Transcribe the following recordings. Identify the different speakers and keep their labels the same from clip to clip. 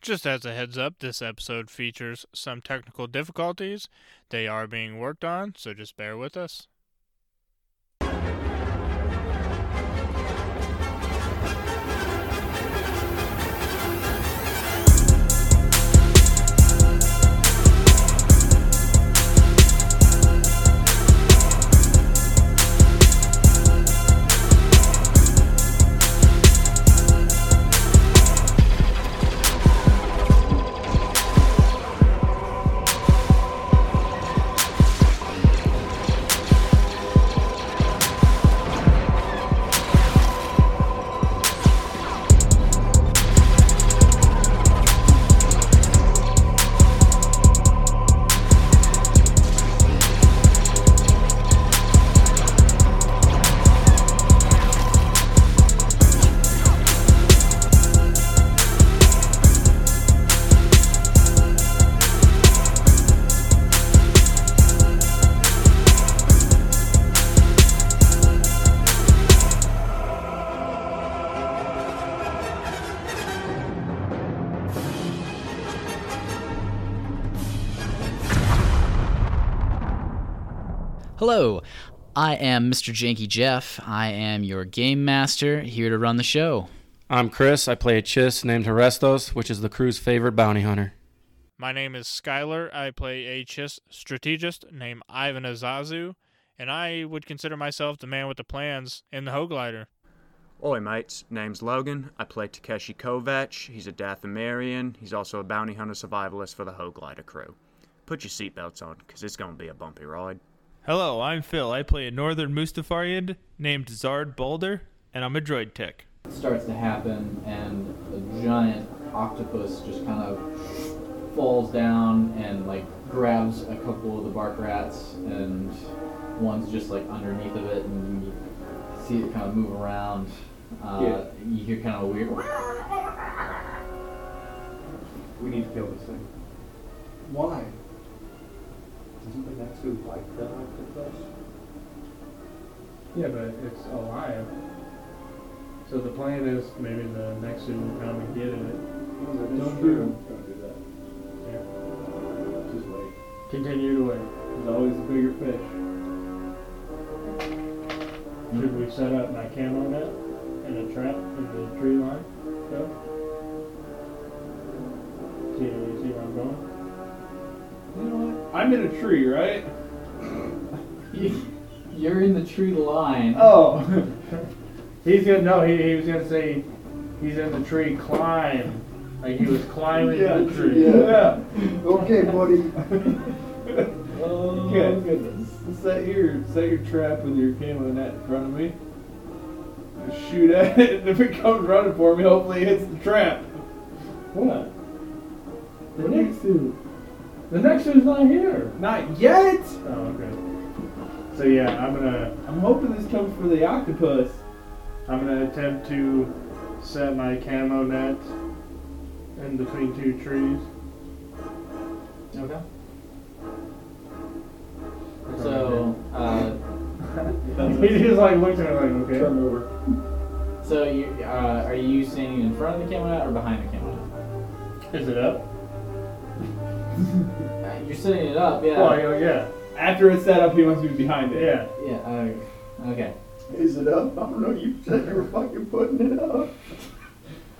Speaker 1: Just as a heads up, this episode features some technical difficulties. They are being worked on, so just bear with us.
Speaker 2: Hello, I am Mr. Janky Jeff. I am your game master here to run the show.
Speaker 3: I'm Chris. I play a chiss named Herestos, which is the crew's favorite bounty hunter.
Speaker 1: My name is Skylar. I play a chess strategist named Ivan Azazu, and I would consider myself the man with the plans in the Hoglider.
Speaker 4: Oi, mates. Name's Logan. I play Takeshi Kovach. He's a Dathomirian. He's also a bounty hunter survivalist for the Hoglider crew. Put your seatbelts on, 'cause it's going to be a bumpy ride.
Speaker 5: Hello, I'm Phil. I play a northern Mustafarian named Zard Boulder, and I'm a droid tech.
Speaker 2: Starts to happen, and a giant octopus just kind of falls down and like grabs a couple of the bark rats, and one's just like underneath of it, and you see it kind of move around. Uh, You hear kind of a weird.
Speaker 6: We need to kill this thing. Why? Doesn't the Natsu like the octopus? Yeah, but it's alive. So the plan is maybe the Nexu will come and get it. Don't do Don't do that. Yeah. Just wait. Continue to wait. There's always a bigger fish. Should we set up my camo net and a trap in the tree line? No? See, you see where I'm going? You know what? I'm in a tree, right?
Speaker 2: You're in the tree line.
Speaker 6: Oh. he's gonna no. He, he was gonna say he's in the tree. Climb. Like he was climbing the tree. Yeah.
Speaker 7: Okay, buddy.
Speaker 6: Oh
Speaker 7: Okay.
Speaker 6: goodness.
Speaker 7: set your set your trap with your camo net in front of me. Shoot at it, and if it comes running for me, hopefully it hits the trap.
Speaker 6: What? The next two. The next one's not here.
Speaker 7: Not yet.
Speaker 6: Oh, okay. So yeah, I'm gonna
Speaker 7: I'm hoping this comes for the octopus.
Speaker 6: I'm gonna attempt to set my camo net in between two trees.
Speaker 2: Okay. So, uh,
Speaker 6: he just like looked at me like, okay.
Speaker 7: over.
Speaker 2: so you uh, are you standing in front of the camera or behind the camera?
Speaker 6: Is it up?
Speaker 2: Uh, you're setting it up, yeah.
Speaker 6: Oh yeah, yeah,
Speaker 7: After it's set up, he wants to be behind it.
Speaker 6: yeah.
Speaker 2: yeah. Uh, okay.
Speaker 7: Is it up? I don't know. You said you were fucking putting it up.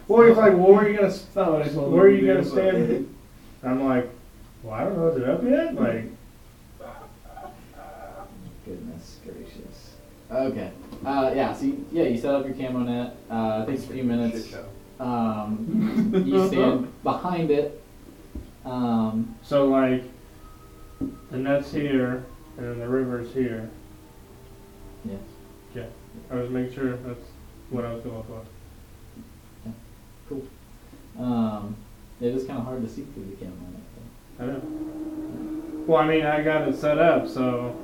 Speaker 6: Well, he's like, well, where are you gonna
Speaker 7: It's not what I told
Speaker 6: Where are
Speaker 7: him to
Speaker 6: you gonna
Speaker 7: do, but-
Speaker 6: stand? I'm like, well, I don't know, is it up yet? Like,
Speaker 2: Goodness gracious. Okay. Uh, yeah. So you, yeah, you set up your camo net. Uh, it takes a few minutes. Um, you stand behind it. Um,
Speaker 6: so like, the net's here, and then the river's here.
Speaker 2: yeah.
Speaker 6: I was making sure that's what I was going for.
Speaker 2: Um, it is kind of hard to see through the camo net. though.
Speaker 6: I know. Well, I mean, I got it set up, so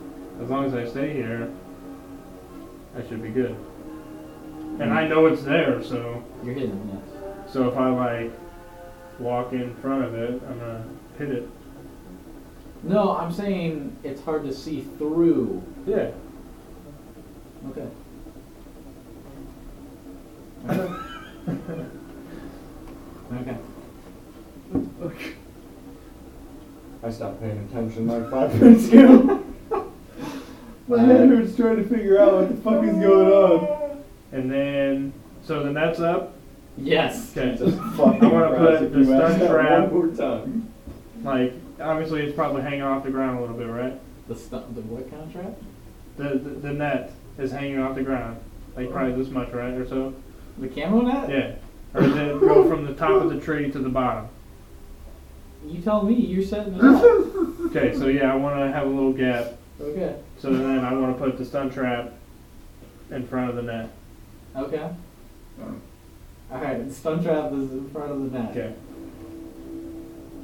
Speaker 6: as long as I stay here, I should be good. And I know it's there, so
Speaker 2: You're hidden. Yes.
Speaker 6: so if I like walk in front of it, I'm gonna hit it.
Speaker 2: No, I'm saying it's hard to see through.
Speaker 6: Yeah.
Speaker 2: Okay. okay.
Speaker 8: Fuck.
Speaker 6: I stopped paying attention like five minutes ago.
Speaker 8: My head hurts trying to figure out what the fuck is going on.
Speaker 6: and then, so then that's up.
Speaker 2: Yes.
Speaker 6: Okay.
Speaker 8: Jesus fucking
Speaker 6: I wanna
Speaker 8: Christ,
Speaker 6: put
Speaker 8: if you
Speaker 6: the
Speaker 8: ask
Speaker 6: stun
Speaker 8: that
Speaker 6: trap-
Speaker 8: One more time.
Speaker 6: Like, obviously, it's probably hanging off the ground a little bit, right?
Speaker 2: The stunt. The what kind of trap?
Speaker 6: The the, the net is hanging off the ground, like probably this much, right, or so.
Speaker 2: The camo net?
Speaker 6: Yeah. Or then go from the top of the tree to the bottom.
Speaker 2: You tell me. You're setting it up.
Speaker 6: Okay, so yeah, I want to have a little gap.
Speaker 2: okay.
Speaker 6: So then I want to put the stun trap in front of the net.
Speaker 2: Okay. All right. The stun trap is in front of the net.
Speaker 6: Okay.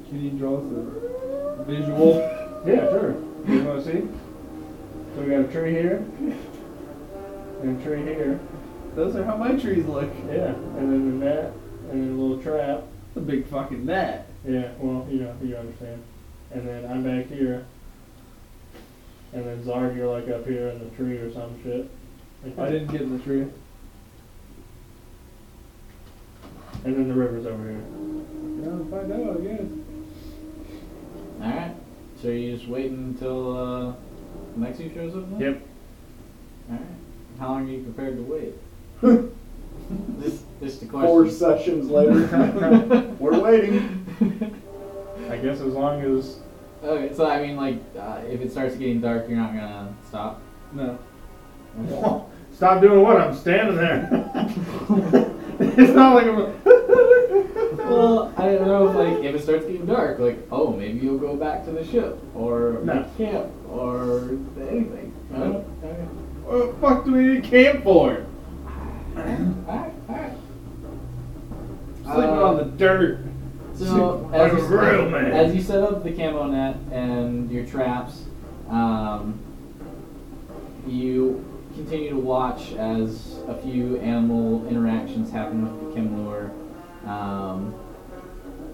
Speaker 8: Can you draw us a visual?
Speaker 6: Yeah, sure. You want to see? So we got a tree here, and a tree here.
Speaker 8: Those are how my trees look.
Speaker 6: Yeah, and then the net, and then a little trap.
Speaker 8: It's a big fucking net.
Speaker 6: Yeah, well, you know, you understand. And then I'm back here. And then Zarg, you're like up here in the tree or some shit.
Speaker 8: I didn't get in the tree.
Speaker 6: And then the river's over here.
Speaker 8: Yeah, find out, I guess.
Speaker 2: All right. So you're just waiting until uh, Lexi shows up. Then?
Speaker 6: Yep.
Speaker 2: All right. How long are you prepared to wait? this, this the question.
Speaker 8: Four sessions later, we're waiting.
Speaker 6: I guess as long as
Speaker 2: Okay, so I mean, like, uh, if it starts getting dark, you're not gonna stop.
Speaker 8: No.
Speaker 6: Stop doing what? I'm standing there. it's not like I'm.
Speaker 2: well, I don't know if like if it starts getting dark, like, oh, maybe you'll go back to the ship or
Speaker 6: No.
Speaker 2: the camp or anything.
Speaker 8: No.
Speaker 2: Okay.
Speaker 8: What the fuck do we need a camp for?
Speaker 2: All right, all right.
Speaker 8: Sleeping on the dirt.
Speaker 2: So
Speaker 6: Like
Speaker 2: as
Speaker 6: a
Speaker 2: you,
Speaker 6: real man.
Speaker 2: as you set up the camo net and your traps, um, you continue to watch as a few animal interactions happen with the chem lure. Um,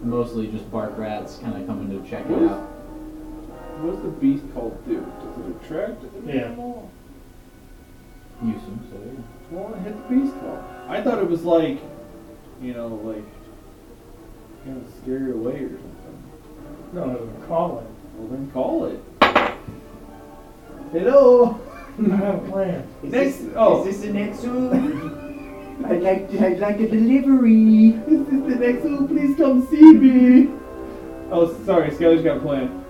Speaker 2: mostly just bark rats kind of coming to check it out.
Speaker 8: What's the beast called do? Does it attract an
Speaker 6: Yeah.
Speaker 8: animal?
Speaker 2: Use them, so yeah.
Speaker 8: Well, it hit the beast call. I thought it was like, you know, like, kind of scare it away or something.
Speaker 6: No, it was calling.
Speaker 8: Well, then call it. Hello.
Speaker 6: I have a plan.
Speaker 8: Next. oh,
Speaker 9: Is this the next one? I'd like, I'd like a delivery.
Speaker 8: Is this the next one? Please come see me. Oh, sorry, Skyler's got a plan.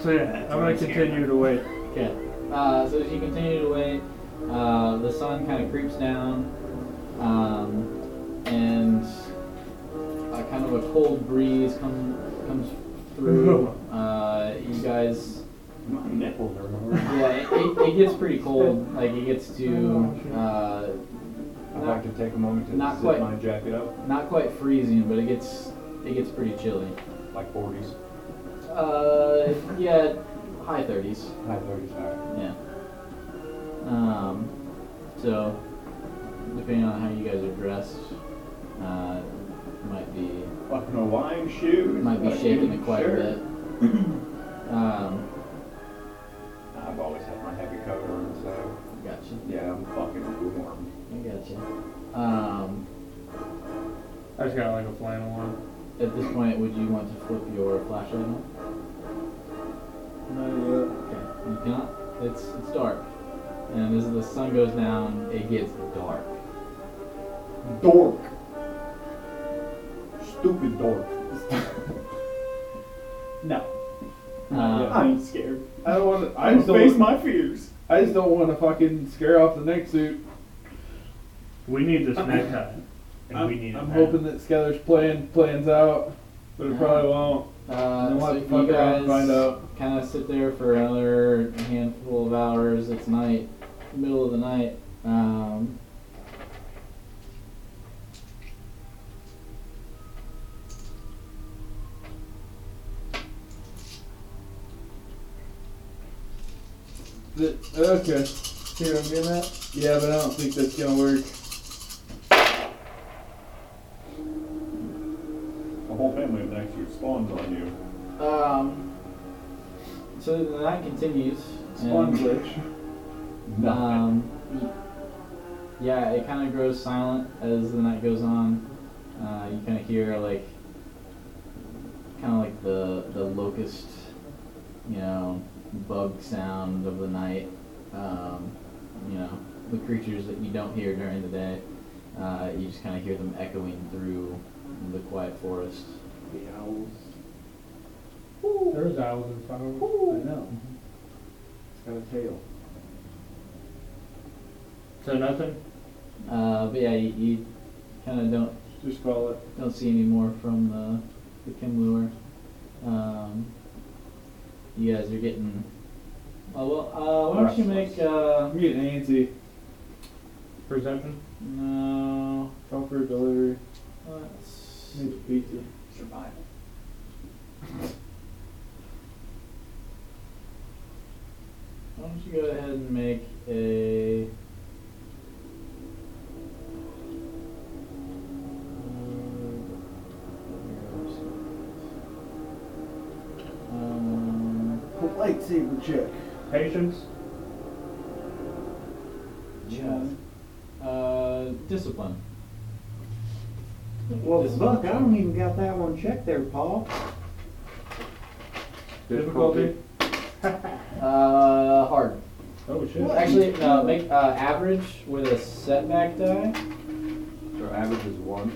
Speaker 6: So yeah, I'm gonna continue to wait.
Speaker 2: Okay. Uh, so as you continue to wait, uh, the sun kind of creeps down, um, and a kind of a cold breeze come, comes through. Uh, you guys,
Speaker 9: My nipples are hard.
Speaker 2: yeah, it, it, it gets pretty cold. Like it gets to uh,
Speaker 9: I'd like to take a moment to
Speaker 2: Not
Speaker 9: zip
Speaker 2: quite.
Speaker 9: my jacket up,
Speaker 2: not quite freezing, but it gets it gets pretty chilly.
Speaker 9: like 40s,
Speaker 2: Uh, yeah, high thirties.
Speaker 9: high 30s. All right.
Speaker 2: Yeah. Um, so, depending on how you guys are dressed, uh, might be
Speaker 9: Fucking Hawaiian shoes.
Speaker 2: might be
Speaker 9: fucking
Speaker 2: shaking it quite
Speaker 9: shirt.
Speaker 2: a bit. Um,
Speaker 9: I've always had my heavy coat on, so
Speaker 2: gotcha.
Speaker 9: yeah, I'm fucking warm.
Speaker 2: I gotcha. Um,
Speaker 6: I just got like a flannel on.
Speaker 2: at this point, would you want to flip your flashlight on?
Speaker 8: No,
Speaker 2: Okay, you cannot. It's it's dark, and as the sun goes down, it gets dark.
Speaker 9: Dork. Stupid dork. no, I
Speaker 2: Um,
Speaker 9: ain't scared.
Speaker 8: uh, I don't want to. I
Speaker 9: I
Speaker 8: just
Speaker 9: face
Speaker 8: don't. wanna-
Speaker 9: my fears.
Speaker 8: I just don't want to fucking scare off the next suit.
Speaker 6: We need this necktie, and we need.
Speaker 8: I'm,
Speaker 6: it
Speaker 8: I'm
Speaker 6: now.
Speaker 8: hoping that Skyler's plan plans out, but it probably won't.
Speaker 2: uh,
Speaker 8: And then we'll
Speaker 2: so
Speaker 8: have to fuck
Speaker 2: you
Speaker 8: around and find
Speaker 2: guys
Speaker 8: out.
Speaker 2: kind of sit there for another handful of hours. It's night, middle of the night. Um,
Speaker 8: The, okay. See what I'm getting at? Yeah, but I don't think that's gonna work.
Speaker 9: The whole family of next year spawns on you.
Speaker 2: um, so the night continues.
Speaker 8: Spawn
Speaker 2: and,
Speaker 8: glitch.
Speaker 2: um, yeah, it kind of grows silent as the night goes on. Uh, you kind of hear like kind of like the the locust, you know, bug sound of the night. Um, you know, the creatures that you don't hear during the day. Uh, you just kind of hear them echoing through the quiet forest.
Speaker 7: The owls.
Speaker 6: There's owls and flowers.
Speaker 7: I know. Mm-hmm. It's got a tail.
Speaker 6: So nothing.
Speaker 2: Uh, but yeah, you, you kind of don't
Speaker 7: Just call it.
Speaker 2: don't see any more from the, the Kim Lure. Um, you guys are getting. Oh, well, uh, why don't you make. Uh,
Speaker 7: I'm getting antsy.
Speaker 6: Perception.
Speaker 2: no.
Speaker 7: Call for a delivery.
Speaker 2: Let's.
Speaker 7: Need a pizza.
Speaker 2: Survival. Why don't you go ahead and make a. Um,
Speaker 10: Lightsaber check.
Speaker 6: Patience.
Speaker 2: yeah. Uh, discipline.
Speaker 10: Well, fuck, I don't even got that one checked there, Paul.
Speaker 6: Difficulty.
Speaker 2: Uh, hard.
Speaker 6: Oh shit.
Speaker 2: Well, actually, no. Make uh, average with a setback die.
Speaker 8: Their average is one.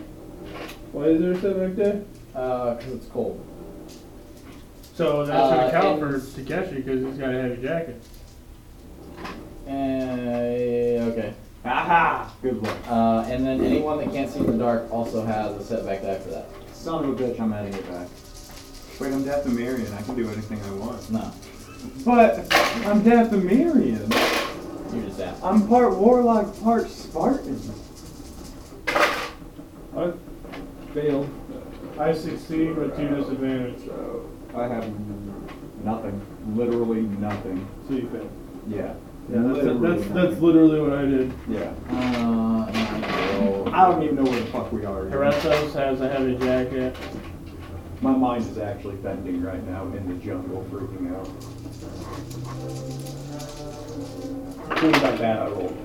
Speaker 7: Why is there something like that?
Speaker 2: Uh, cause it's cold.
Speaker 6: So that's
Speaker 2: Uh,
Speaker 6: gonna count for
Speaker 2: it's-
Speaker 6: Takeshi because he's got a heavy jacket.
Speaker 2: Uh, okay.
Speaker 8: Aha! Good luck.
Speaker 2: Uh, and then anyone that can't see in the dark also has a setback die for that.
Speaker 8: Son of a bitch, I'm adding it back. Wait, I'm Dathomirian. I can do anything I want.
Speaker 2: No,
Speaker 8: But I'm Dathomirian.
Speaker 2: you're just out.
Speaker 10: I'm part warlock, part Spartan.
Speaker 7: I failed.
Speaker 6: I succeed with two disadvantage.
Speaker 8: So Oh, I have nothing. Literally nothing.
Speaker 7: So you failed.
Speaker 8: Yeah.
Speaker 7: Yeah, that's,
Speaker 8: Literally
Speaker 7: that's, that's
Speaker 8: nothing.
Speaker 7: literally what I did.
Speaker 8: yeah.
Speaker 2: Uh, and roll.
Speaker 8: Uh, I don't even know where the fuck we are. Anymore.
Speaker 6: Heretos has a heavy jacket.
Speaker 8: My mind is actually bending right now in the jungle, freaking out. Things like that, I rolled.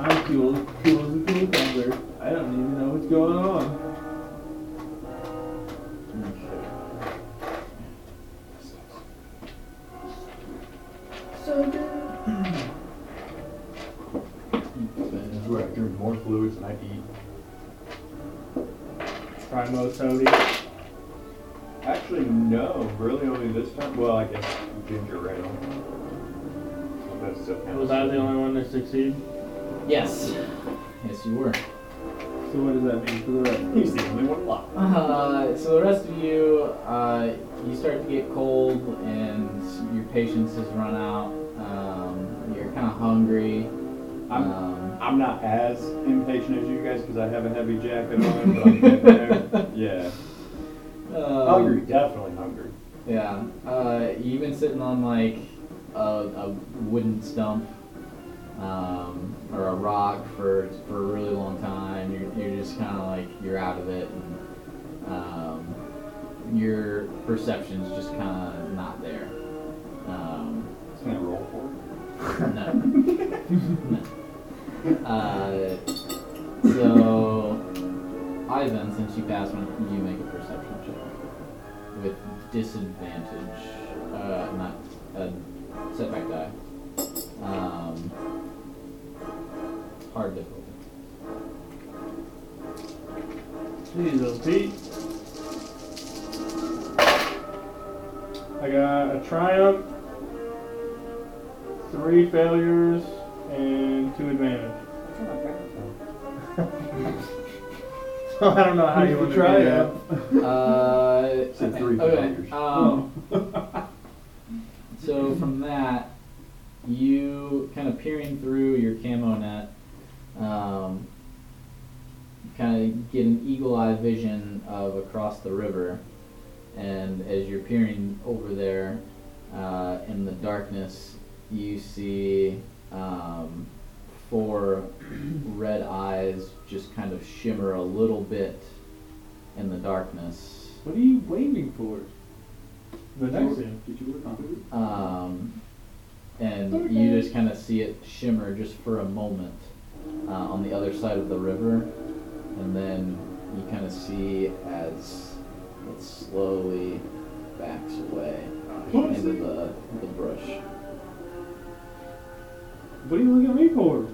Speaker 7: I'm cool, cool as a cool thunder. I don't even know what's going on.
Speaker 8: This is where I drink more fluids than I eat.
Speaker 6: Primo Toady.
Speaker 8: Actually, no. Really, only this time. Well, I guess ginger ale. That's still counts.
Speaker 6: Was I the only one that succeed?
Speaker 2: Yes. Yes, you were.
Speaker 7: So what does that mean for the rest?
Speaker 8: He's the only one left.
Speaker 2: Uh, so the rest of you, uh, you start to get cold and your patience has run out. Um, you're kind of hungry.
Speaker 8: I'm-
Speaker 2: Um,
Speaker 8: I'm not as impatient as you guys because I have a heavy jacket on, but I'm getting there. Yeah.
Speaker 2: um,
Speaker 8: Hungry, definitely hungry.
Speaker 2: Yeah. Uh, you've been sitting on like a, a wooden stump um, or a rock for for a really long time. You're, you're just kind of like you're out of it, and um, your perception's just kind of not there. Um,
Speaker 8: It's gonna roll for
Speaker 2: no. no. Uh, so, Ivan, since you passed one, you make a perception check with disadvantage. Uh, not a setback die. Um, hard difficulty.
Speaker 6: Jesus, Pete. I got a triumph, three failures, and two advantage. So I don't know how you
Speaker 7: Who's
Speaker 6: want
Speaker 7: the
Speaker 6: to try that.
Speaker 7: tryout?
Speaker 2: Uh,
Speaker 8: It's a three
Speaker 2: okay.
Speaker 8: failures.
Speaker 2: Um, so from that, you kind of peering through your camo net, um, kind of get an eagle eye vision of across the river, and as you're peering over there uh, in the darkness, you see um, four red eyes just kind of shimmer a little bit in the darkness.
Speaker 7: What are you waving for?
Speaker 6: The next one.
Speaker 8: Did you work on
Speaker 2: Um, and you just kind of see it shimmer just for a moment uh, on the other side of the river. And then you kind of see as It slowly backs away
Speaker 7: Whoopsie.
Speaker 2: into the, the brush.
Speaker 7: What are you looking at me for?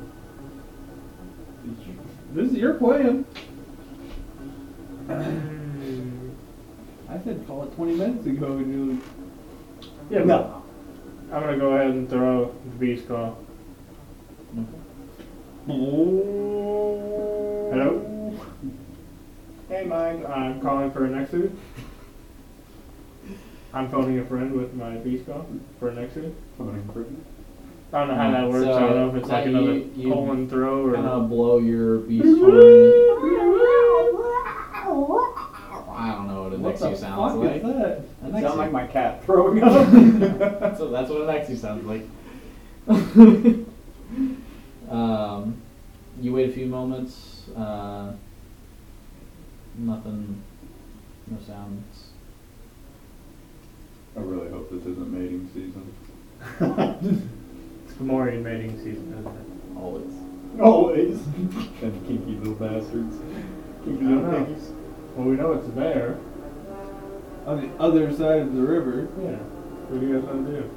Speaker 7: This is your plan. I said call it 20 minutes ago, and you're like,
Speaker 6: Yeah, no. I'm gonna go ahead and throw the beast call. Hello? Hey, Mike, I'm calling for a Nexu. I'm phoning a friend with my beast call for a Nexu. I don't know how that works. I don't know if
Speaker 2: Mm,
Speaker 6: it's
Speaker 2: So,
Speaker 6: like
Speaker 2: yeah,
Speaker 6: another
Speaker 2: you- you-
Speaker 6: pull and throw or.
Speaker 2: Kind of blow your beast horn. I don't know what an
Speaker 7: what the
Speaker 2: Exu sounds
Speaker 7: fuck
Speaker 2: like.
Speaker 7: is that?
Speaker 2: An
Speaker 8: Sound
Speaker 2: Exu.
Speaker 8: like my cat throwing up.
Speaker 2: so that's what an Exu sounds like. um, you wait a few moments. Uh, nothing. No sounds.
Speaker 8: I really hope this isn't mating season.
Speaker 6: It's Gamorrean mating season, isn't it?
Speaker 2: Always.
Speaker 8: Always. and kinky little bastards. Kinky
Speaker 6: I
Speaker 8: little
Speaker 6: don't know.
Speaker 8: piggies.
Speaker 6: Well, we know it's there.
Speaker 7: On the other side of the river.
Speaker 6: Yeah. What do you guys want to do?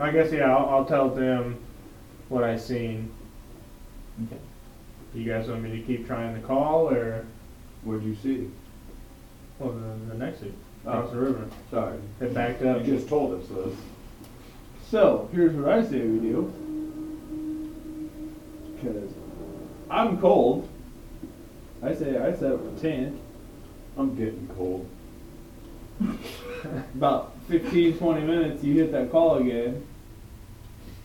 Speaker 6: I guess, yeah, I'll, I'll tell them what I seen.
Speaker 2: Okay.
Speaker 6: You guys want me to keep trying to call or.
Speaker 8: What'd you see?
Speaker 6: Well, the, the next week.
Speaker 7: Oh.
Speaker 6: Across the river.
Speaker 8: Sorry.
Speaker 6: It backed up.
Speaker 8: You just told us this.
Speaker 7: So, here's what I say we do. Because I'm cold. I say I set up a tent.
Speaker 8: I'm getting cold.
Speaker 7: About 15, 20 minutes, you hit that call again.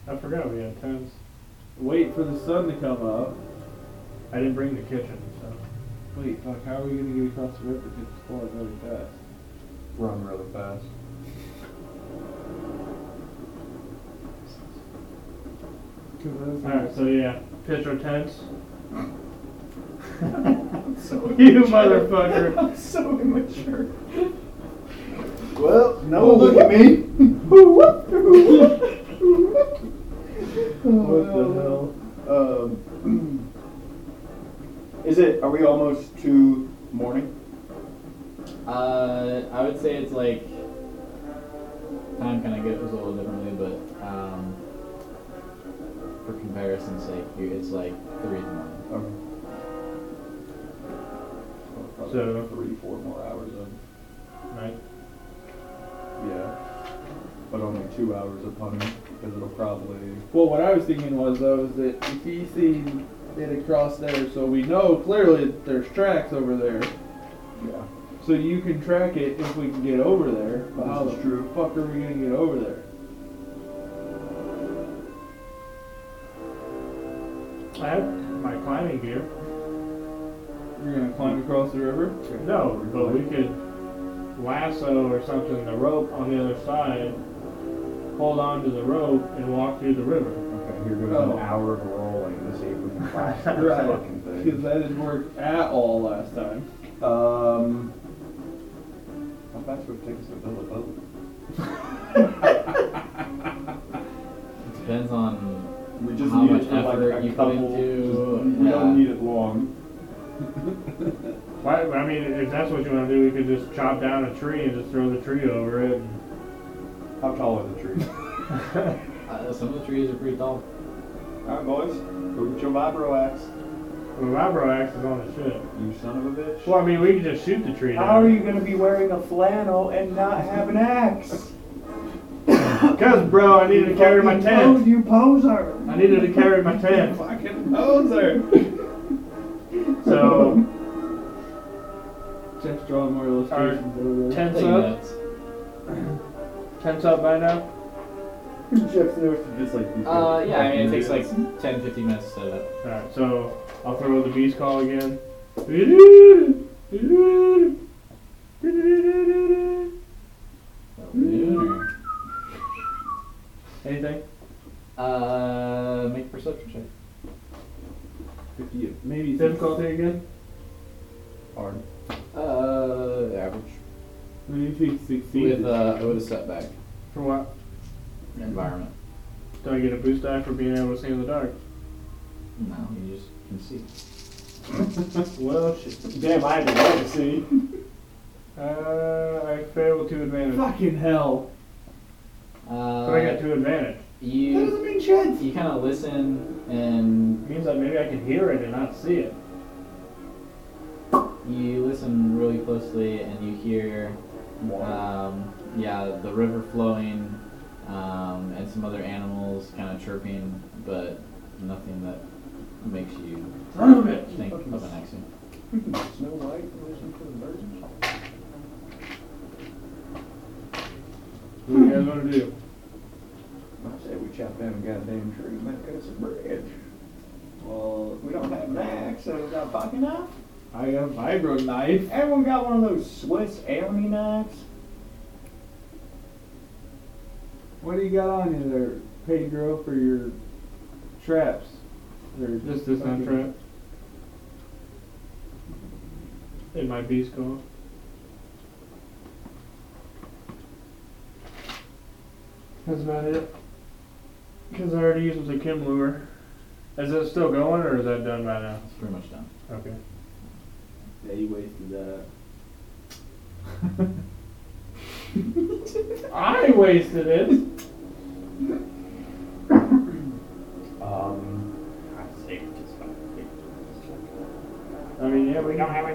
Speaker 6: I forgot we had tents.
Speaker 7: Wait for the sun to come up.
Speaker 6: I didn't bring the kitchen, so.
Speaker 7: Wait, fuck, how are we gonna get across the river if it's flowing really fast?
Speaker 8: Run really fast.
Speaker 6: Alright, so yeah, pitch our tents.
Speaker 8: so
Speaker 6: You motherfucker.
Speaker 8: I'm so immature. Well, no one
Speaker 7: look
Speaker 8: look
Speaker 7: at
Speaker 8: at me. what
Speaker 7: What the
Speaker 8: the
Speaker 7: hell?
Speaker 8: Um, is it? Are we almost to morning?
Speaker 2: Uh, I would say it's like time kind of goes a little differently, but um, for comparison's sake, you, it's like three in the morning.
Speaker 8: Okay. Probably
Speaker 6: So-
Speaker 8: three, four more hours of
Speaker 6: Right.
Speaker 8: yeah, but only two hours of hunting because it'll probably
Speaker 7: Well, what I was thinking was though is that if he seen it across there, so we know clearly that there's tracks over there,
Speaker 8: yeah.
Speaker 7: so you can track it if we can get over there. But how
Speaker 8: This
Speaker 7: the
Speaker 8: is true.
Speaker 7: fuck are we gonna get over there?
Speaker 6: I have my climbing gear.
Speaker 7: You're gonna climb across the river?
Speaker 6: No, but we could lasso or something the rope on the other side, hold on to the rope, and walk through the river.
Speaker 8: Okay, here goes
Speaker 7: Oh.
Speaker 8: an hour of rolling this evening. Class this fucking thing.
Speaker 7: Because that didn't work at all last time.
Speaker 8: Um, how fast would it take us to build a boat?
Speaker 2: It depends on.
Speaker 8: We just
Speaker 2: How
Speaker 8: need
Speaker 2: much
Speaker 8: it for like
Speaker 2: effort
Speaker 8: a
Speaker 2: you put
Speaker 8: couple.
Speaker 2: into-
Speaker 8: just- we don't
Speaker 2: yeah.
Speaker 8: need it long.
Speaker 6: Why, I mean, if that's what you want to do, we could just chop down a tree and just throw the tree over it. And
Speaker 8: How tall are the trees?
Speaker 2: Uh, some of the trees are pretty tall.
Speaker 8: All right, boys, go get your vibro axe.
Speaker 6: well, vibro axe is on the ship.
Speaker 8: You son of a bitch.
Speaker 6: Well, I mean, we could just shoot the tree.
Speaker 8: How are you gonna be wearing a flannel and not have an axe?
Speaker 6: Because, bro, I needed to carry my tent.
Speaker 10: You poser.
Speaker 6: I needed to carry my tent.
Speaker 7: Fucking poser!
Speaker 6: So,
Speaker 7: Jeff's drawing more illustrations over there.
Speaker 6: tent's
Speaker 2: Take
Speaker 6: up.
Speaker 2: notes.
Speaker 6: Tent's up by now.
Speaker 8: Jeff knows to just like. these
Speaker 2: Uh,
Speaker 8: guys.
Speaker 2: yeah, I mean, it takes like 10, 15 minutes to set up.
Speaker 6: Alright, so I'll throw the beast call again. Anything?
Speaker 2: Uh, make a perception check.
Speaker 7: 50, maybe
Speaker 6: Difficulty again?
Speaker 8: Hard.
Speaker 2: Uh, average.
Speaker 7: Maybe 16.
Speaker 2: With, uh, with a setback.
Speaker 6: For what?
Speaker 2: Environment.
Speaker 6: Do I get a boost die for being able to see in the dark?
Speaker 2: No, you just can see.
Speaker 6: Well, shit.
Speaker 8: Damn, I didn't want to see.
Speaker 6: Uh,
Speaker 7: roll two advantage.
Speaker 6: Fucking hell.
Speaker 2: Uh,
Speaker 7: So I got two advantage.
Speaker 6: That
Speaker 2: you
Speaker 6: doesn't mean shit.
Speaker 2: you kind of listen and
Speaker 7: It means that maybe I can hear it and not see it.
Speaker 2: you listen really closely and you hear um, yeah the river flowing um, and some other animals kind of chirping but nothing that makes you
Speaker 7: Son of it!
Speaker 2: think of an accident.
Speaker 8: Snow White, listen for the virgin.
Speaker 7: What do you guys want to do?
Speaker 8: I say we chop down a goddamn tree, make us a bridge. Well, we don't have an axe, so we got a pocket knife.
Speaker 7: I got a vibro knife.
Speaker 8: Everyone got one of those Swiss Army knives?
Speaker 7: What do you got on you there, Pedro, for your traps? They're
Speaker 6: This does not
Speaker 7: fucking-
Speaker 6: trap. In my beast call. That's about it. Because I already used the Kim lure. Is it still going or is that done by now?
Speaker 2: It's pretty much done.
Speaker 6: Okay.
Speaker 8: Yeah, you wasted that.
Speaker 6: I wasted it.
Speaker 8: Um, I say we just fucking take
Speaker 6: I mean, yeah, we don't have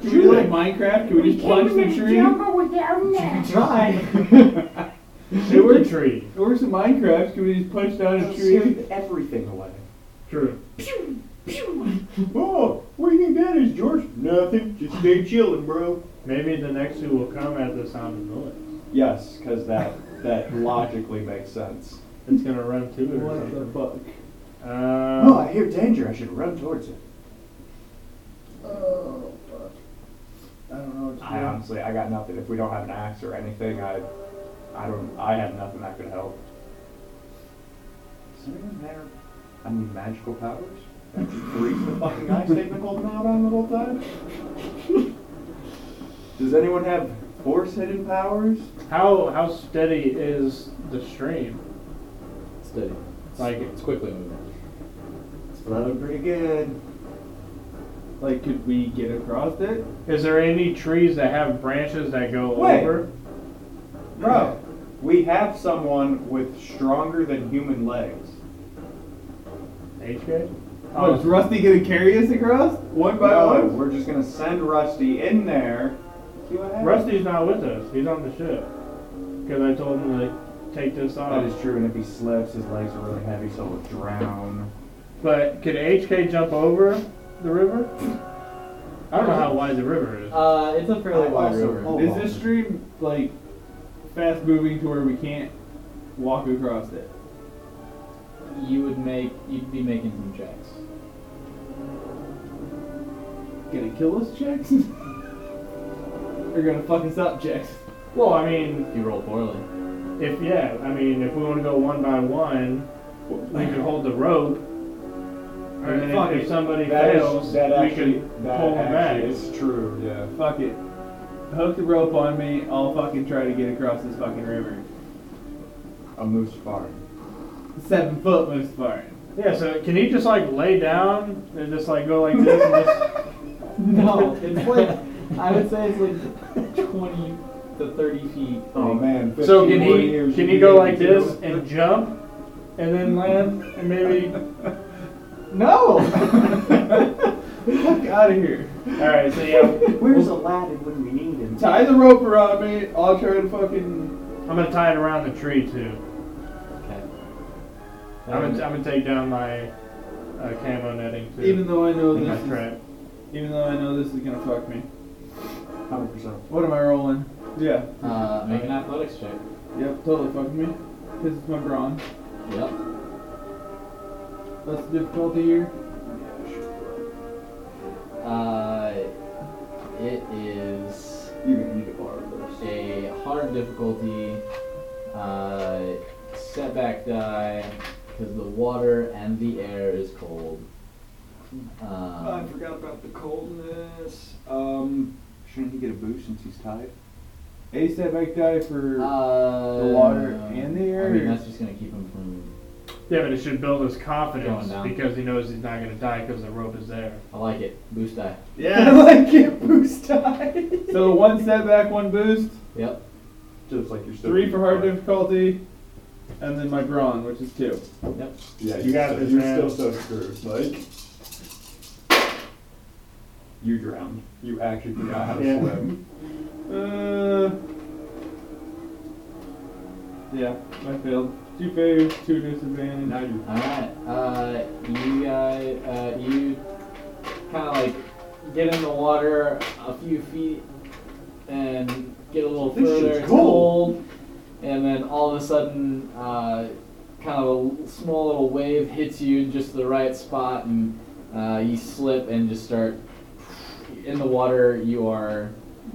Speaker 7: Can we do like Minecraft? Can we just punch the tree?
Speaker 8: Try!
Speaker 7: It
Speaker 6: a
Speaker 7: works,
Speaker 6: tree.
Speaker 7: it works in Minecraft. Can we just punch down a tree?
Speaker 8: everything away.
Speaker 6: True.
Speaker 8: Oh, what you got is George? Nothing, just stay chilling, bro.
Speaker 6: Maybe the next two will come at the sound of noise.
Speaker 8: Yes, because that, that logically makes sense.
Speaker 6: It's gonna run to it or
Speaker 7: What the
Speaker 6: something.
Speaker 7: fuck?
Speaker 6: Uh,
Speaker 8: Oh, I hear danger, I should run towards it.
Speaker 7: Oh, fuck. I don't know what to do.
Speaker 8: I honestly, I got nothing. If we don't have an axe or anything, I, I don't, I have nothing that could help. Does anyone matter? I mean, magical powers? That's the reason the fucking ice they've been holding out on the whole time? Does anyone have force hidden powers?
Speaker 6: How how steady is the stream?
Speaker 2: Steady.
Speaker 6: Like it.
Speaker 2: It's quickly moving.
Speaker 8: It's flowing pretty good.
Speaker 7: Like, could we get across it?
Speaker 6: Is there any trees that have branches that go
Speaker 8: Wait.
Speaker 6: over?
Speaker 8: Bro, we have someone with stronger than human legs.
Speaker 6: HK?
Speaker 7: Oh, is Rusty gonna carry us across? One by
Speaker 8: No,
Speaker 7: one?
Speaker 8: we're just gonna send Rusty in there. See what happens.
Speaker 6: Rusty's not with us. He's on the ship. Because I told him to like, take this
Speaker 8: That
Speaker 6: off.
Speaker 8: is true, and if he slips, his legs are really heavy, so he'll drown.
Speaker 6: But could HK jump over the river? I don't know how wide the river is.
Speaker 2: Uh, it's a fairly wide
Speaker 8: Also-
Speaker 2: river.
Speaker 8: oh.
Speaker 7: Is this stream, like, fast moving to where we can't walk across it?
Speaker 2: You would make you'd be making some checks.
Speaker 7: Gonna kill us, Jax? They're gonna fuck us up, Jax.
Speaker 6: Well, I mean,
Speaker 2: You roll poorly.
Speaker 6: if yeah, I mean, if we want to go one by one, we could hold the rope. And then
Speaker 7: fuck
Speaker 6: if,
Speaker 7: it.
Speaker 6: if somebody
Speaker 8: That is-
Speaker 6: fails,
Speaker 8: that
Speaker 6: we
Speaker 8: actually,
Speaker 6: could
Speaker 8: that
Speaker 6: pull them back.
Speaker 8: actually is true, yeah.
Speaker 7: Fuck it. Hook the rope on me, I'll fucking try to get across this fucking river.
Speaker 8: A moose farm.
Speaker 7: Seven foot moose barn.
Speaker 6: Yeah, so can he just like lay down and just like go like this and just
Speaker 2: No, it's like I would say it's like twenty to thirty feet.
Speaker 8: Oh man.
Speaker 6: So
Speaker 8: 15
Speaker 6: can
Speaker 8: more
Speaker 6: he
Speaker 8: years
Speaker 6: can
Speaker 8: you'd
Speaker 6: he
Speaker 8: be
Speaker 6: go
Speaker 8: able
Speaker 6: like
Speaker 8: to
Speaker 6: this
Speaker 8: do it.
Speaker 6: and jump and then land and maybe
Speaker 7: No! fuck out of here.
Speaker 6: Alright, so yeah.
Speaker 8: Where's Aladdin when we need him?
Speaker 7: Tie the rope around me, I'll try to fucking.
Speaker 6: I'm gonna tie it around the tree too.
Speaker 2: Okay.
Speaker 6: I'm gonna I'm gonna take down my uh, camo netting too.
Speaker 7: Even though I know
Speaker 6: In my
Speaker 7: this is,
Speaker 6: trap.
Speaker 7: even though I know this is gonna fuck me.
Speaker 8: Hundred percent.
Speaker 7: What am I rolling? Yeah.
Speaker 2: Uh, make an athletics check.
Speaker 7: Yep, totally fucking me. This is my brawn.
Speaker 2: Yep.
Speaker 7: That's the difficulty here.
Speaker 2: Uh, it is
Speaker 8: You're gonna need to borrow this.
Speaker 2: a hard difficulty uh, setback die because the water and the air is cold.
Speaker 7: Uh,
Speaker 8: I
Speaker 2: Um,
Speaker 8: forgot about the coldness. Um, shouldn't he get a boost since he's tied?
Speaker 7: A setback die for.
Speaker 2: uh,
Speaker 7: The water and the
Speaker 2: I
Speaker 7: air
Speaker 2: mean,
Speaker 7: is-
Speaker 2: that's just gonna keep him from.
Speaker 6: Yeah, but it should build his
Speaker 2: Going
Speaker 6: confidence
Speaker 2: down.
Speaker 6: because he knows he's not gonna die because the rope is there.
Speaker 2: I like it. Boost die.
Speaker 7: yeah. I like it boost
Speaker 8: die.
Speaker 7: So one setback, one boost,
Speaker 2: Yep.
Speaker 8: Just like you're still.
Speaker 7: three for hard difficulty, and then my brawn, which is two.
Speaker 2: Yep.
Speaker 8: Yeah,
Speaker 6: You
Speaker 8: you
Speaker 6: got
Speaker 8: got
Speaker 6: this,
Speaker 8: You're
Speaker 6: man.
Speaker 8: still so screwed, Mike. You drowned. You actually forgot how to
Speaker 6: Yeah.
Speaker 8: swim.
Speaker 7: Uh, yeah, I failed. Two failures, two disadvantage.
Speaker 8: Now you.
Speaker 2: All right. Uh, you guys, uh, you kind of like get in the water a few feet and get a little
Speaker 8: This
Speaker 2: further.
Speaker 8: shit's
Speaker 2: It's
Speaker 8: cold.
Speaker 2: cold, and then all of a sudden, uh, kind of a small little wave hits you in just the right spot, and uh, you slip and just start in the water. You are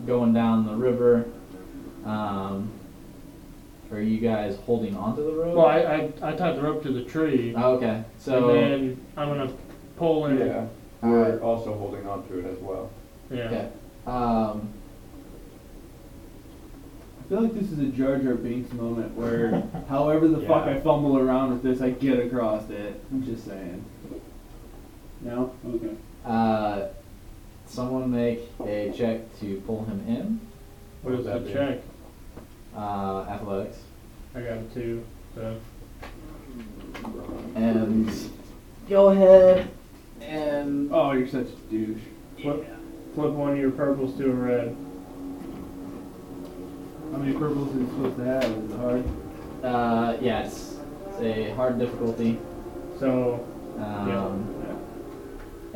Speaker 2: going down the river. Um, are you guys holding onto the rope?
Speaker 6: Well, I, I, I tied the rope to the tree,
Speaker 2: Okay, so.
Speaker 6: and then I'm gonna pull in.
Speaker 8: Yeah. We're also holding on to it as well.
Speaker 6: Yeah.
Speaker 2: Okay. Um,
Speaker 7: I feel like this is a Jar Jar Binks moment where, however the fuck I fumble around with this, I get across it. I'm just saying. No? Okay.
Speaker 2: uh, someone make a check to pull him in.
Speaker 6: What is
Speaker 8: That
Speaker 6: the
Speaker 8: big.
Speaker 6: check?
Speaker 2: Uh, athletics.
Speaker 6: I got a two. So
Speaker 2: And go ahead and.
Speaker 7: Oh, you're such a douche.
Speaker 6: flip, flip one of your purples to a red.
Speaker 7: How many purples are you supposed to have? Is it hard?
Speaker 2: Uh, yeah, it's, it's a hard difficulty.
Speaker 6: So
Speaker 2: Um,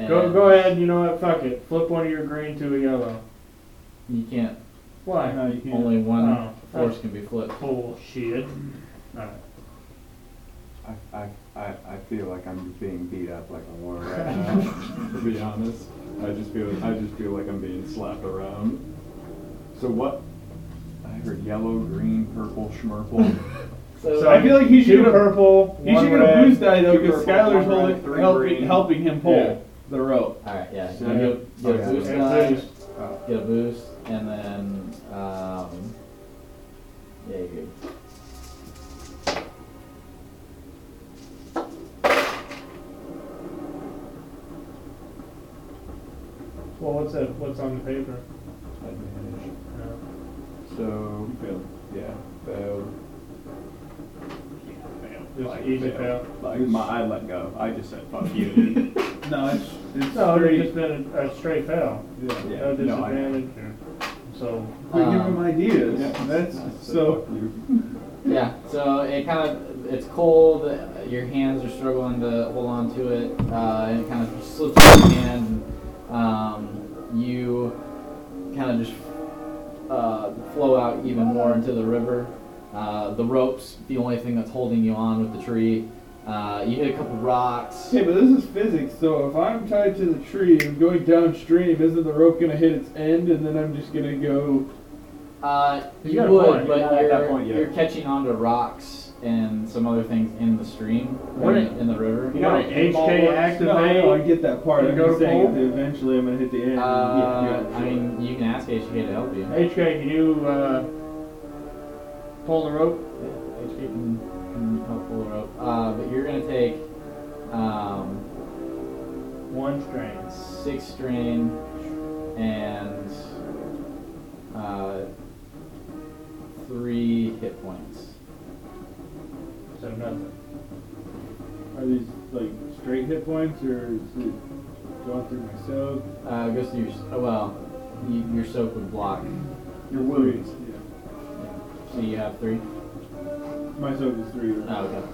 Speaker 6: go
Speaker 2: and
Speaker 6: go ahead. You know what? Fuck it. Flip one of your green to a yellow.
Speaker 2: You can't.
Speaker 6: Why?
Speaker 7: No, you can't.
Speaker 2: Only one
Speaker 6: Oh,
Speaker 2: force can be flipped.
Speaker 6: Bullshit. Alright.
Speaker 8: I, I, I, I feel like I'm being beat up like a worm right now. to be honest, I just feel I just feel like I'm being slapped around. So what? I heard yellow, green, purple, schmurple.
Speaker 2: So,
Speaker 7: I feel like he
Speaker 6: Two
Speaker 7: should get a,
Speaker 6: purple.
Speaker 7: he
Speaker 6: one
Speaker 7: should get a
Speaker 6: red.
Speaker 7: boost die though
Speaker 8: two
Speaker 7: because
Speaker 8: purple,
Speaker 7: Skylar's
Speaker 8: one red,
Speaker 7: holding,
Speaker 8: three
Speaker 7: helping,
Speaker 8: green.
Speaker 7: helping him pull
Speaker 8: Yeah.
Speaker 7: the rope.
Speaker 2: Alright, yeah. So
Speaker 8: Yeah.
Speaker 2: you get, get
Speaker 8: Okay.
Speaker 2: a boost
Speaker 6: And
Speaker 2: die,
Speaker 6: boost.
Speaker 8: oh,
Speaker 2: get a boost, and then. Um, yeah, you're good.
Speaker 6: Well, what's that? What's on the paper? Uh,
Speaker 8: advantage.
Speaker 6: No.
Speaker 8: So Yeah, failed.
Speaker 6: Just easy fail.
Speaker 8: Like my, I let go. I just said fuck you. dude."
Speaker 7: No, it's, it's
Speaker 6: No,
Speaker 7: three.
Speaker 6: it's just been a, a straight fail.
Speaker 8: yeah.
Speaker 6: No
Speaker 8: no, I-
Speaker 6: disadvantage. So
Speaker 7: We give him
Speaker 2: Um,
Speaker 7: ideas.
Speaker 8: yeah,
Speaker 7: That's
Speaker 8: I said
Speaker 7: so.
Speaker 8: fuck you.
Speaker 2: Yeah, so it kind of it's cold. uh, Your hands are struggling to hold on to it, uh, and it kind of slips out of your hand. And, um, you kind of just uh, flow out even more into the river. Uh, the rope's the only thing that's holding you on with the tree. Uh, you hit a couple rocks.
Speaker 7: Okay, but this is physics, so if I'm tied to the tree and going downstream, isn't the rope gonna hit its end and then I'm just gonna go?
Speaker 2: Uh,
Speaker 6: He's
Speaker 2: you
Speaker 6: got a
Speaker 2: would,
Speaker 6: point,
Speaker 2: but
Speaker 8: not at
Speaker 2: you're,
Speaker 8: that point yet.
Speaker 2: you're catching onto rocks and some other things in the stream,
Speaker 6: What
Speaker 2: in,
Speaker 6: it-
Speaker 2: in the river.
Speaker 8: You know
Speaker 6: What
Speaker 8: how
Speaker 6: an
Speaker 8: paintball
Speaker 6: HK
Speaker 8: works?
Speaker 6: activate.
Speaker 7: No, I know, I get that part.
Speaker 6: You
Speaker 7: I'm
Speaker 6: go
Speaker 7: just
Speaker 6: to
Speaker 7: saying
Speaker 6: pole?
Speaker 7: that eventually I'm gonna hit the end. and
Speaker 2: Uh,
Speaker 7: get-
Speaker 2: I mean, you can ask H K to help you.
Speaker 6: HK, can you uh, pull the rope?
Speaker 2: Yeah, HK can, can help pull her up. Uh, but you're gonna take um,
Speaker 6: One strain.
Speaker 2: six strain and uh, three hit points.
Speaker 6: So nothing.
Speaker 7: are these like straight hit points or is it going through my soak?
Speaker 2: Uh, it goes through your s- oh, well, you, your soak would block,
Speaker 7: Your wounds. Yeah.
Speaker 2: so you have three.
Speaker 7: My soak is three. Right?
Speaker 2: Oh, okay.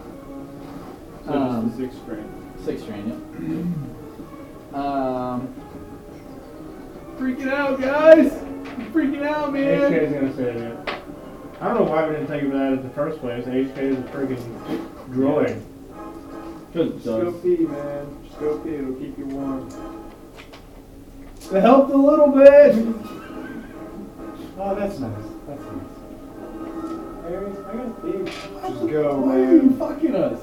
Speaker 7: so
Speaker 2: um,
Speaker 7: just the six strength.
Speaker 2: Six strain, yep. um,
Speaker 7: Freaking out, guys! I'm freaking out, man!
Speaker 6: HK is gonna save it. I don't know why we didn't think of that in the first place. HK is a freaking droid.
Speaker 7: Good
Speaker 8: Just go
Speaker 7: does.
Speaker 8: pee, man. Just go pee. It'll keep you warm.
Speaker 7: It helped a little bit.
Speaker 8: Oh, that's nice. That's nice. Harry, I gotta pee. Just go, man.
Speaker 7: fucking us?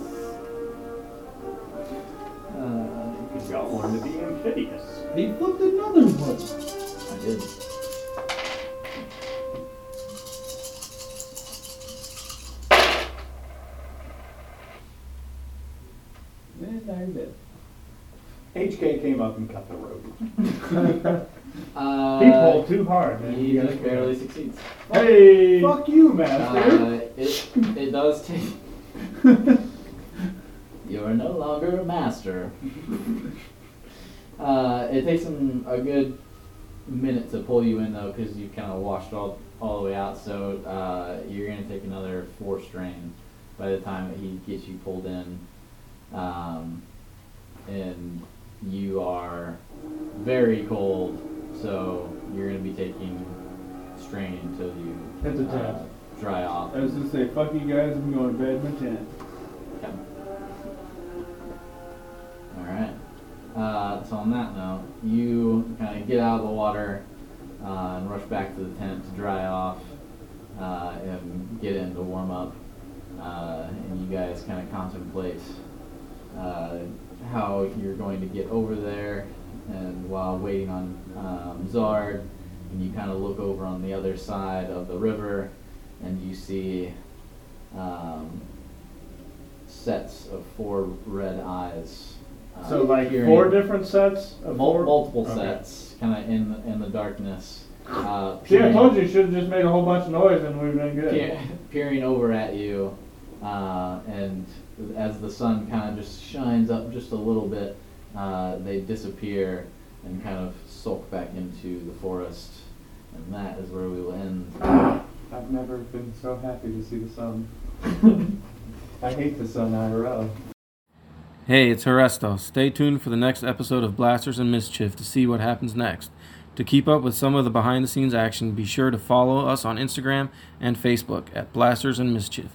Speaker 2: uh,
Speaker 8: You've got one to be amphibious.
Speaker 7: He flipped another one.
Speaker 2: I did.
Speaker 7: Man, I did.
Speaker 8: HK came up and cut the rope.
Speaker 2: Uh,
Speaker 6: He pulled too hard. man.
Speaker 2: He
Speaker 6: You
Speaker 2: just
Speaker 6: gotta-
Speaker 2: barely succeeds.
Speaker 6: Hey!
Speaker 7: Fuck you, master.
Speaker 2: Uh, it, it does take. You're no longer a master. uh, it takes him a good minute to pull you in though, because you kind of washed all all the way out. So uh, you're gonna take another four strain by the time that he gets you pulled in, um, and you are very cold. So you're gonna be taking strain until you
Speaker 7: That's a tap.
Speaker 2: uh, dry off.
Speaker 7: I was gonna say, fuck you guys, I'm going to bed in my tent.
Speaker 2: All right. Uh, so on that note, you kind of get out of the water uh, and rush back to the tent to dry off uh, and get in to warm up. Uh, and you guys kind of contemplate uh, how you're going to get over there. And while waiting on um, Zard, and you kind of look over on the other side of the river, and you see um, sets of four red eyes. uh,
Speaker 6: So like
Speaker 2: peering-
Speaker 6: four different sets of
Speaker 2: Mul-
Speaker 6: four?
Speaker 2: multiple
Speaker 6: Okay.
Speaker 2: sets, kind of in the, in the darkness. Uh,
Speaker 6: See, I
Speaker 2: peering-
Speaker 6: told you you should have just made a whole bunch of noise and we've been good.
Speaker 2: peer- peering over at you, uh, and as the sun kind of just shines up just a little bit, uh, they disappear and kind of sulk back into the forest, and that is where we will end.
Speaker 8: I've never been so happy to see the sun. I hate the sun IRL.
Speaker 3: Hey, it's Horesto. Stay tuned for the next episode of Blasters and Mischief to see what happens next. To keep up with some of the behind the scenes action, be sure to follow us on Instagram and Facebook at Blasters and Mischief.